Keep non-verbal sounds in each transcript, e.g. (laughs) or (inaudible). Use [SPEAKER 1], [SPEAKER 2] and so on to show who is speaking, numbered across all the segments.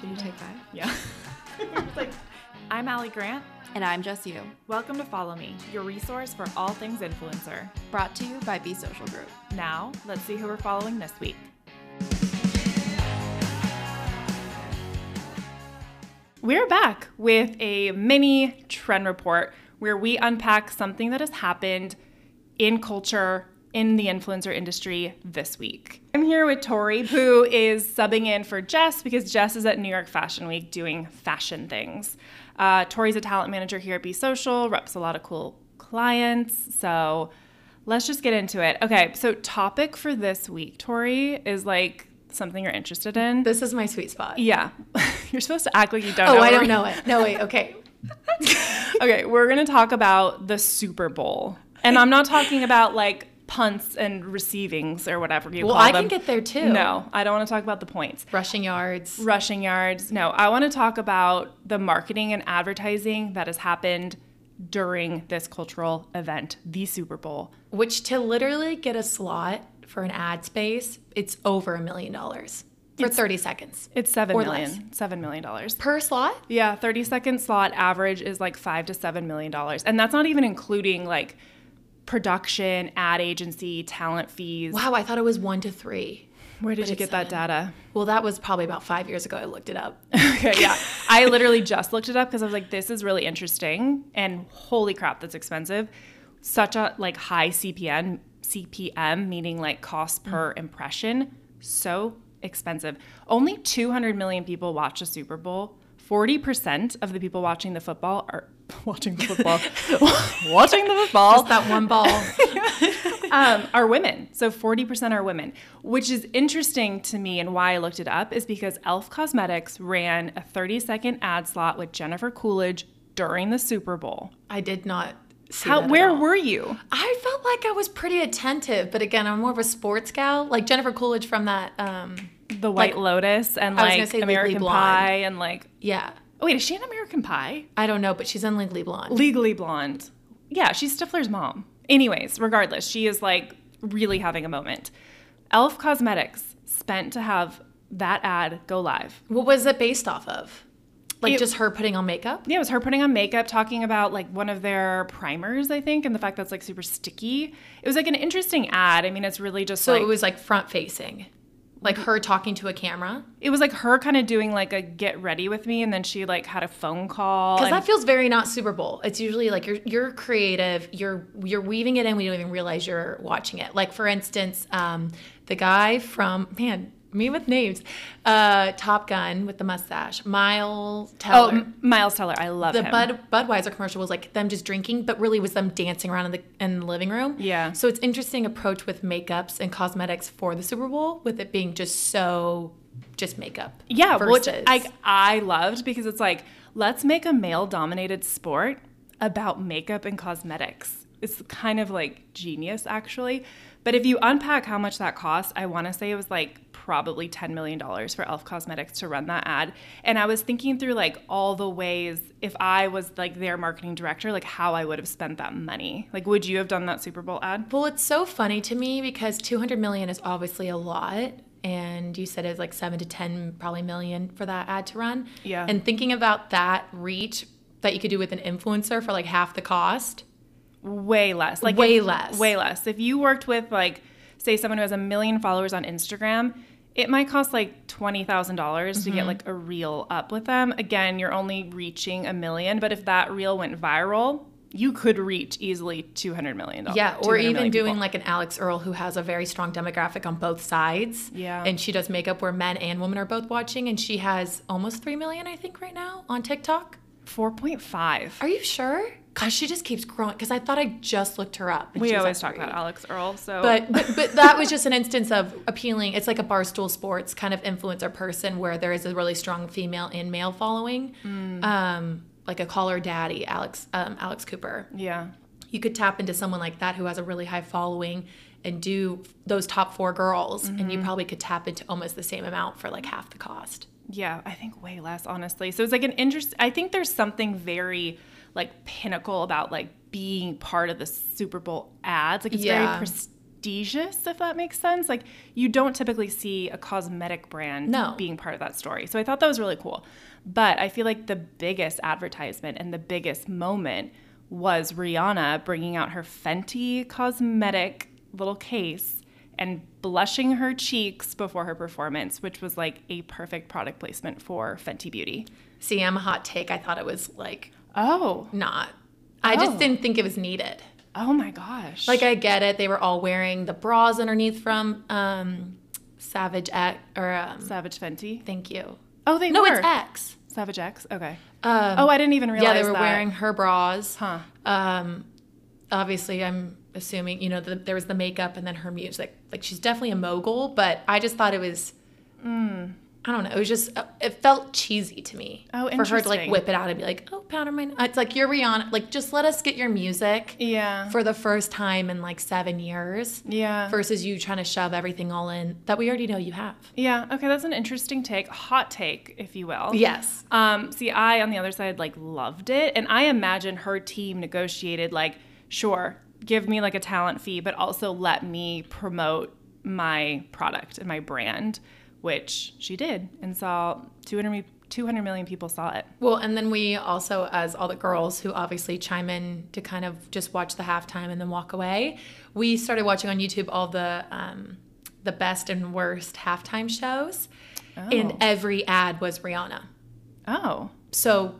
[SPEAKER 1] Should you take that?
[SPEAKER 2] Yeah. (laughs) It's like, I'm Allie Grant.
[SPEAKER 1] And I'm Just You,
[SPEAKER 2] Welcome to Follow Me, your resource for all things influencer.
[SPEAKER 1] brought to you by Be Social Group.
[SPEAKER 2] Now, let's see who we're following this week. We're back with a mini trend report where we unpack something that has happened in culture in the influencer industry this week. I'm here with Tori, who is subbing in for Jess because Jess is at New York Fashion Week doing fashion things. Uh, Tori's a talent manager here at Be Social, reps a lot of cool clients. So let's just get into it. Okay, so topic for this week, Tori, is like something you're interested in.
[SPEAKER 1] This is my sweet spot.
[SPEAKER 2] Yeah. (laughs) You're supposed to act like you don't
[SPEAKER 1] Oh, I
[SPEAKER 2] know. what
[SPEAKER 1] don't
[SPEAKER 2] we're-
[SPEAKER 1] know it. No, wait,
[SPEAKER 2] (laughs)
[SPEAKER 1] okay.
[SPEAKER 2] Okay, we're going to talk about the Super Bowl. And I'm not talking about like punts and receivings or whatever you
[SPEAKER 1] Well,
[SPEAKER 2] call
[SPEAKER 1] I can
[SPEAKER 2] them.
[SPEAKER 1] get there too.
[SPEAKER 2] No, I don't want to talk about the points.
[SPEAKER 1] Rushing yards.
[SPEAKER 2] Rushing yards. No, I want to talk about the marketing and advertising that has happened during this cultural event, the Super Bowl.
[SPEAKER 1] which to literally get a slot for an ad space, it's over a million dollars for 30 seconds.
[SPEAKER 2] It's seven
[SPEAKER 1] Or
[SPEAKER 2] million.
[SPEAKER 1] less.
[SPEAKER 2] Seven million dollars.
[SPEAKER 1] Per slot?
[SPEAKER 2] Yeah, 30 second slot average is like five to seven million dollars. And that's not even including like production, ad agency, talent fees.
[SPEAKER 1] Wow, I thought it was one to three.
[SPEAKER 2] Where did
[SPEAKER 1] But
[SPEAKER 2] you
[SPEAKER 1] it's
[SPEAKER 2] get that data?
[SPEAKER 1] Well, that was probably about five years ago. I looked it up.
[SPEAKER 2] Okay, yeah. I literally just looked it up because I was like, this is really interesting and holy crap, that's expensive. Such a like high CPM CPM, meaning like cost per impression. So expensive. Only two hundred million people watch a Super Bowl. Forty percent of the people watching the football are (laughs) watching the football. watching the football
[SPEAKER 1] Just that one
[SPEAKER 2] (laughs)
[SPEAKER 1] ball.
[SPEAKER 2] um, are women. So 40% are women, which is interesting to me and why I looked it up is because e.l.f. Cosmetics ran a 30 second ad slot with Jennifer Coolidge during the Super Bowl.
[SPEAKER 1] I did not see
[SPEAKER 2] How,
[SPEAKER 1] that at
[SPEAKER 2] where
[SPEAKER 1] all.
[SPEAKER 2] were you?
[SPEAKER 1] I felt like I was pretty attentive, but again, I'm more of a sports gal. Like Jennifer Coolidge from that, um,
[SPEAKER 2] The White Lotus and
[SPEAKER 1] I was gonna
[SPEAKER 2] like
[SPEAKER 1] say Legally
[SPEAKER 2] American
[SPEAKER 1] Blonde.
[SPEAKER 2] Pie and like,
[SPEAKER 1] yeah,
[SPEAKER 2] oh, wait, is she in American Pie?
[SPEAKER 1] I don't know, but she's in Legally Blonde.
[SPEAKER 2] Legally Blonde. Yeah, she's Stifler's mom. Anyways, regardless, she is like really having a moment. Elf Cosmetics spent to have that ad go live.
[SPEAKER 1] What was it based off of? Like
[SPEAKER 2] It-
[SPEAKER 1] just her putting on makeup?
[SPEAKER 2] Yeah, it was her putting on makeup, talking about like one of their primers, I think, and the fact that's like super sticky. It was like an interesting ad. I mean, it's really just
[SPEAKER 1] So
[SPEAKER 2] like
[SPEAKER 1] it was like front facing, like her talking to a camera.
[SPEAKER 2] like her kind of doing like a get ready with me, and then she like had a phone call.
[SPEAKER 1] Because
[SPEAKER 2] and-
[SPEAKER 1] that feels very not Super Bowl. It's usually like you're you're creative, you're you're weaving it in, we don't even realize you're watching it. Like for instance, um, the guy from man, me with names, uh, Top Gun with the mustache, Miles
[SPEAKER 2] oh,
[SPEAKER 1] Teller.
[SPEAKER 2] M- Miles Teller, I love
[SPEAKER 1] the
[SPEAKER 2] him.
[SPEAKER 1] Bud Budweiser commercial was like them just drinking, but really was them dancing around in the in the living room.
[SPEAKER 2] Yeah.
[SPEAKER 1] So it's interesting approach with makeups and cosmetics for the Super Bowl, with it being just so just makeup.
[SPEAKER 2] yeah, which
[SPEAKER 1] versus-
[SPEAKER 2] I I loved because it's like let's make a male dominated sport about makeup and cosmetics. It's kind of like genius actually. But if you unpack how much that cost, I want to say it was like probably $10 million for Elf Cosmetics to run that ad. And I was thinking through like all the ways if I was like their marketing director, like how I would have spent that money. Like would you have done that Super Bowl ad?
[SPEAKER 1] Well, it's so funny to me because 200 million is obviously a lot. And you said it was like seven to 10 probably million for that ad to run.
[SPEAKER 2] Yeah.
[SPEAKER 1] And thinking about that reach that you could do with an influencer for like half the cost,
[SPEAKER 2] way less like
[SPEAKER 1] Way
[SPEAKER 2] if-
[SPEAKER 1] less.
[SPEAKER 2] way less if you worked with like say someone who has a million followers on instagram it might cost like $20000 dollars to get
[SPEAKER 1] Mm-hmm.
[SPEAKER 2] like a reel up with them again you're only reaching a million but if that reel went viral you could reach easily 200 million dollars
[SPEAKER 1] Yeah, or even doing like an Alex Earl who has a very strong demographic on both sides.
[SPEAKER 2] Yeah.
[SPEAKER 1] And she does makeup where men and women are both watching and she has almost 3 million I think right now on TikTok.
[SPEAKER 2] 4.5
[SPEAKER 1] Are you sure? Gosh, she just keeps growing cuz I thought I just looked her up. and she
[SPEAKER 2] we
[SPEAKER 1] was
[SPEAKER 2] always
[SPEAKER 1] at
[SPEAKER 2] talk
[SPEAKER 1] three.
[SPEAKER 2] about alex earl so
[SPEAKER 1] But, but but that was just an instance of appealing. It's like a barstool sports kind of influencer person where there is a really strong female and male following,
[SPEAKER 2] Mm.
[SPEAKER 1] um, like a caller daddy, Alex um, Alex Cooper.
[SPEAKER 2] yeah
[SPEAKER 1] You could tap into someone like that who has a really high following and do those top four girls, and
[SPEAKER 2] Mm-hmm.
[SPEAKER 1] you probably could tap into almost the same amount for like half the cost.
[SPEAKER 2] Yeah, I think way less, honestly. So it's like an interest. I think there's something very like pinnacle about like being part of the Super Bowl ads. Like it's
[SPEAKER 1] Yeah.
[SPEAKER 2] very pres- prestigious, if that makes sense. Like you don't typically see a cosmetic brand
[SPEAKER 1] No.
[SPEAKER 2] being part of that story. So I thought that was really cool. But I feel like the biggest advertisement and the biggest moment was Rihanna bringing out her Fenty cosmetic little case and blushing her cheeks before her performance, which was like a perfect product placement for Fenty Beauty.
[SPEAKER 1] See, I'm a hot take. I thought it was like
[SPEAKER 2] Oh,
[SPEAKER 1] not. I just
[SPEAKER 2] Oh.
[SPEAKER 1] didn't think it was needed.
[SPEAKER 2] oh my gosh.
[SPEAKER 1] Like I get it. They were all wearing the bras underneath from um, Savage X or um,
[SPEAKER 2] Savage Fenty.
[SPEAKER 1] thank you.
[SPEAKER 2] Oh, they
[SPEAKER 1] No,
[SPEAKER 2] were.
[SPEAKER 1] it's X.
[SPEAKER 2] Savage X. Okay.
[SPEAKER 1] Um,
[SPEAKER 2] Oh, I didn't even
[SPEAKER 1] yeah,
[SPEAKER 2] realize
[SPEAKER 1] they were
[SPEAKER 2] that.
[SPEAKER 1] wearing her bras.
[SPEAKER 2] Huh.
[SPEAKER 1] Um, obviously, I'm assuming you know the, there was the makeup and then her music. Like she's definitely a mogul, but I just thought it was.
[SPEAKER 2] Hmm.
[SPEAKER 1] I don't know. It was just uh, it felt cheesy to me.
[SPEAKER 2] Oh,
[SPEAKER 1] For her to like
[SPEAKER 2] interesting.
[SPEAKER 1] whip it out and be like, "Oh, powder my." It's like you're Rihanna. Like just let us get your music
[SPEAKER 2] Yeah.
[SPEAKER 1] for the first time in like seven years.
[SPEAKER 2] yeah.
[SPEAKER 1] versus you trying to shove everything all in that we already know you have.
[SPEAKER 2] yeah. Okay, that's an interesting take, hot take, if you will.
[SPEAKER 1] Yes.
[SPEAKER 2] Um, see, I on the other side like loved it, and I imagine her team negotiated like, sure, give me like a talent fee, but also let me promote my product and my brand, which she did, and saw 200, mi- 200 million people saw it.
[SPEAKER 1] Well, and then we also, as all the girls who obviously chime in to kind of just watch the halftime and then walk away, we started watching on YouTube all the um, the best and worst halftime shows, and every ad was Rihanna.
[SPEAKER 2] Oh,
[SPEAKER 1] So,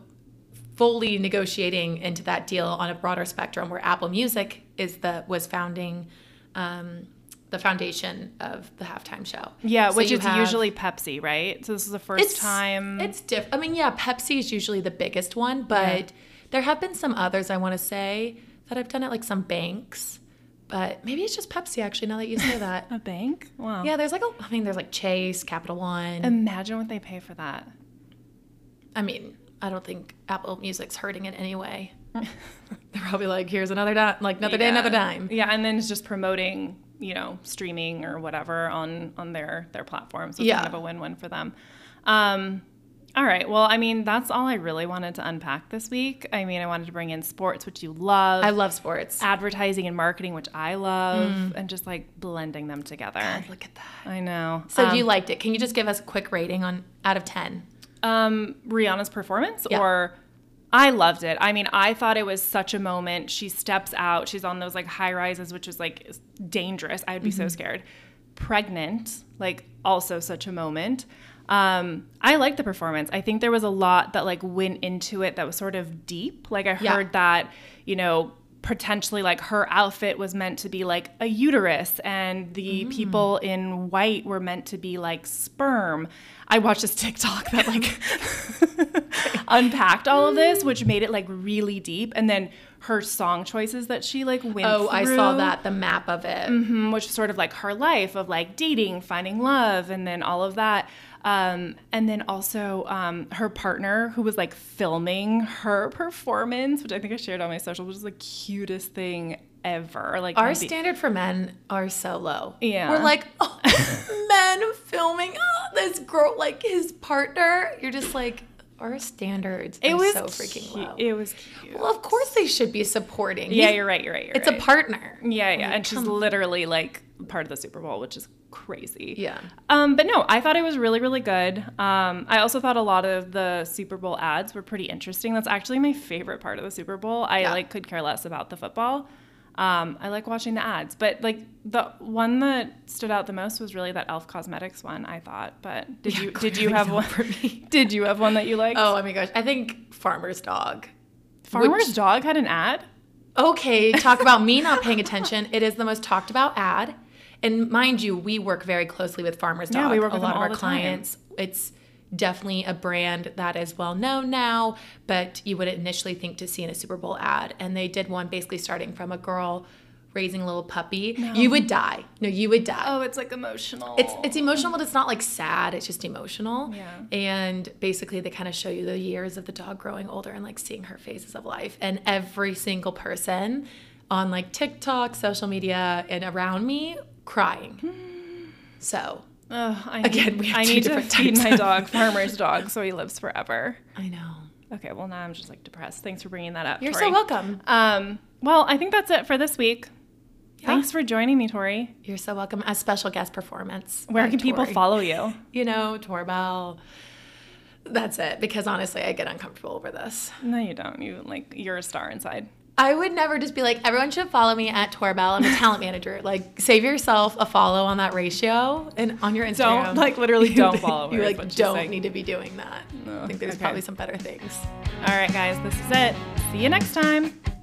[SPEAKER 1] fully negotiating into that deal on a broader spectrum, where Apple Music is the was founding. Um, the foundation of the halftime show.
[SPEAKER 2] yeah,
[SPEAKER 1] So
[SPEAKER 2] which
[SPEAKER 1] you
[SPEAKER 2] is
[SPEAKER 1] have-
[SPEAKER 2] usually Pepsi, right? So this is the first time.
[SPEAKER 1] It's different. I mean, yeah, Pepsi is usually the biggest one, but there have been some others I want to say that I've done at like some banks, but maybe it's just Pepsi actually. Now that you say (laughs) that,
[SPEAKER 2] a bank. Wow.
[SPEAKER 1] yeah, there's like a. I mean, there's like Chase, Capital One.
[SPEAKER 2] Imagine what they pay for that.
[SPEAKER 1] I mean, I don't think Apple Music's hurting it anyway. (laughs) They're probably like, here's another dime, like another day,
[SPEAKER 2] Yeah.
[SPEAKER 1] another dime.
[SPEAKER 2] Yeah, and then it's just promoting, you know, streaming or whatever on on their their platform. So it's
[SPEAKER 1] Yeah.
[SPEAKER 2] kind of a win-win for them. Um, all right. Well, I mean, that's all I really wanted to unpack this week. I mean, I wanted to bring in sports, which you love,
[SPEAKER 1] I love sports.
[SPEAKER 2] advertising and marketing, which I love, and just like blending them together.
[SPEAKER 1] God, look at that.
[SPEAKER 2] I know.
[SPEAKER 1] So
[SPEAKER 2] um,
[SPEAKER 1] you liked it? Can you just give us a quick rating on out of ten?
[SPEAKER 2] um, Rihanna's performance
[SPEAKER 1] Yeah.
[SPEAKER 2] or I loved it. I mean, I thought it was such a moment. She steps out, she's on those like high rises, which is like is dangerous. I would be so
[SPEAKER 1] Mm-hmm.
[SPEAKER 2] scared. Pregnant, like also such a moment. Um, I liked the performance. I think there was a lot that like went into it that was sort of deep. Like I
[SPEAKER 1] Yeah.
[SPEAKER 2] heard that, you know, potentially like her outfit was meant to be like a uterus and the
[SPEAKER 1] Mm.
[SPEAKER 2] people in white were meant to be like sperm. I watched this (laughs) TikTok that like (laughs) unpacked all of this, which made it like really deep. And then her song choices that she like went
[SPEAKER 1] Oh, I saw
[SPEAKER 2] through,
[SPEAKER 1] that the map of it.
[SPEAKER 2] mhm, which sort of like her life of like dating, finding love, and then all of that. Um, and then also um, her partner who was like filming her performance, which I think I shared on my social, which is the cutest thing ever. Like
[SPEAKER 1] Our
[SPEAKER 2] maybe-
[SPEAKER 1] standard for men are so low.
[SPEAKER 2] Yeah.
[SPEAKER 1] We're
[SPEAKER 2] (laughs)
[SPEAKER 1] like, oh, men filming oh, this girl, like his partner. You're just like, our standards
[SPEAKER 2] it
[SPEAKER 1] are
[SPEAKER 2] was
[SPEAKER 1] so freaking
[SPEAKER 2] cute.
[SPEAKER 1] low.
[SPEAKER 2] It was cute.
[SPEAKER 1] well, of course they should be supporting.
[SPEAKER 2] Yeah,
[SPEAKER 1] He's-
[SPEAKER 2] you're right. You're right. You're
[SPEAKER 1] It's
[SPEAKER 2] right.
[SPEAKER 1] a Oh, partner.
[SPEAKER 2] Yeah, yeah. And she's literally like part of the Super Bowl, which is crazy.
[SPEAKER 1] Yeah.
[SPEAKER 2] Um, but no, I thought it was really, really good. Um, I also thought a lot of the Super Bowl ads were pretty interesting. That's actually my favorite part of the Super Bowl. I
[SPEAKER 1] Yeah.
[SPEAKER 2] like could care less about the football. Um, I like watching the ads, but like the one that stood out the most was really that Elf Cosmetics one. I thought, but did
[SPEAKER 1] Yeah,
[SPEAKER 2] you did you
[SPEAKER 1] clearly
[SPEAKER 2] have
[SPEAKER 1] not
[SPEAKER 2] one? (laughs)
[SPEAKER 1] for me.
[SPEAKER 2] Did you have one that you liked?
[SPEAKER 1] Oh, my gosh. I think Farmer's Dog.
[SPEAKER 2] Farmer's
[SPEAKER 1] which-
[SPEAKER 2] Dog had an ad. (laughs)
[SPEAKER 1] Okay, talk about me not paying attention. It is the most talked about ad. And mind you, we work very closely with Farmers Dog.
[SPEAKER 2] Yeah, we work
[SPEAKER 1] a
[SPEAKER 2] with
[SPEAKER 1] lot of
[SPEAKER 2] them all
[SPEAKER 1] our
[SPEAKER 2] the time.
[SPEAKER 1] clients. It's definitely a brand that is well known now, but you would initially think to see in a Super Bowl ad. And they did one basically starting from a girl raising a little puppy. You would die. No, you would die.
[SPEAKER 2] Oh, it's like emotional.
[SPEAKER 1] It's it's emotional, but it's not like sad. It's just emotional.
[SPEAKER 2] Yeah.
[SPEAKER 1] And basically, they kind of show you the years of the dog growing older and like seeing her phases of life. And every single person on like TikTok, social media, and around me crying.
[SPEAKER 2] (gasps)
[SPEAKER 1] So
[SPEAKER 2] Ugh, I
[SPEAKER 1] Again,
[SPEAKER 2] need,
[SPEAKER 1] we have
[SPEAKER 2] I
[SPEAKER 1] two
[SPEAKER 2] need to
[SPEAKER 1] different
[SPEAKER 2] feed
[SPEAKER 1] types
[SPEAKER 2] my
[SPEAKER 1] of-
[SPEAKER 2] dog, (laughs) farmer's dog, so he lives forever.
[SPEAKER 1] I know
[SPEAKER 2] Okay, well now I'm just like depressed. Thanks for bringing that up.
[SPEAKER 1] you're so
[SPEAKER 2] Tori.
[SPEAKER 1] welcome.
[SPEAKER 2] Um, well, I think that's it for this week. Thanks for joining me, Tori.
[SPEAKER 1] You're so welcome. A special guest performance.
[SPEAKER 2] Where
[SPEAKER 1] by
[SPEAKER 2] can people
[SPEAKER 1] Tori.
[SPEAKER 2] follow you?
[SPEAKER 1] You know, Torbell. That's it. Because honestly, I get uncomfortable over this.
[SPEAKER 2] No, you don't. You like you're a star inside.
[SPEAKER 1] I would never just be like, everyone should follow me at Torbell. I'm a talent manager. Like, save yourself a follow on that ratio and on your Instagram.
[SPEAKER 2] Don't like literally don't (laughs) follow.
[SPEAKER 1] (laughs)
[SPEAKER 2] her,
[SPEAKER 1] You
[SPEAKER 2] is
[SPEAKER 1] like
[SPEAKER 2] what she's
[SPEAKER 1] don't
[SPEAKER 2] saying.
[SPEAKER 1] need to be doing that. I think there's
[SPEAKER 2] okay.
[SPEAKER 1] probably some better things.
[SPEAKER 2] All right, guys, this is it. See you next time.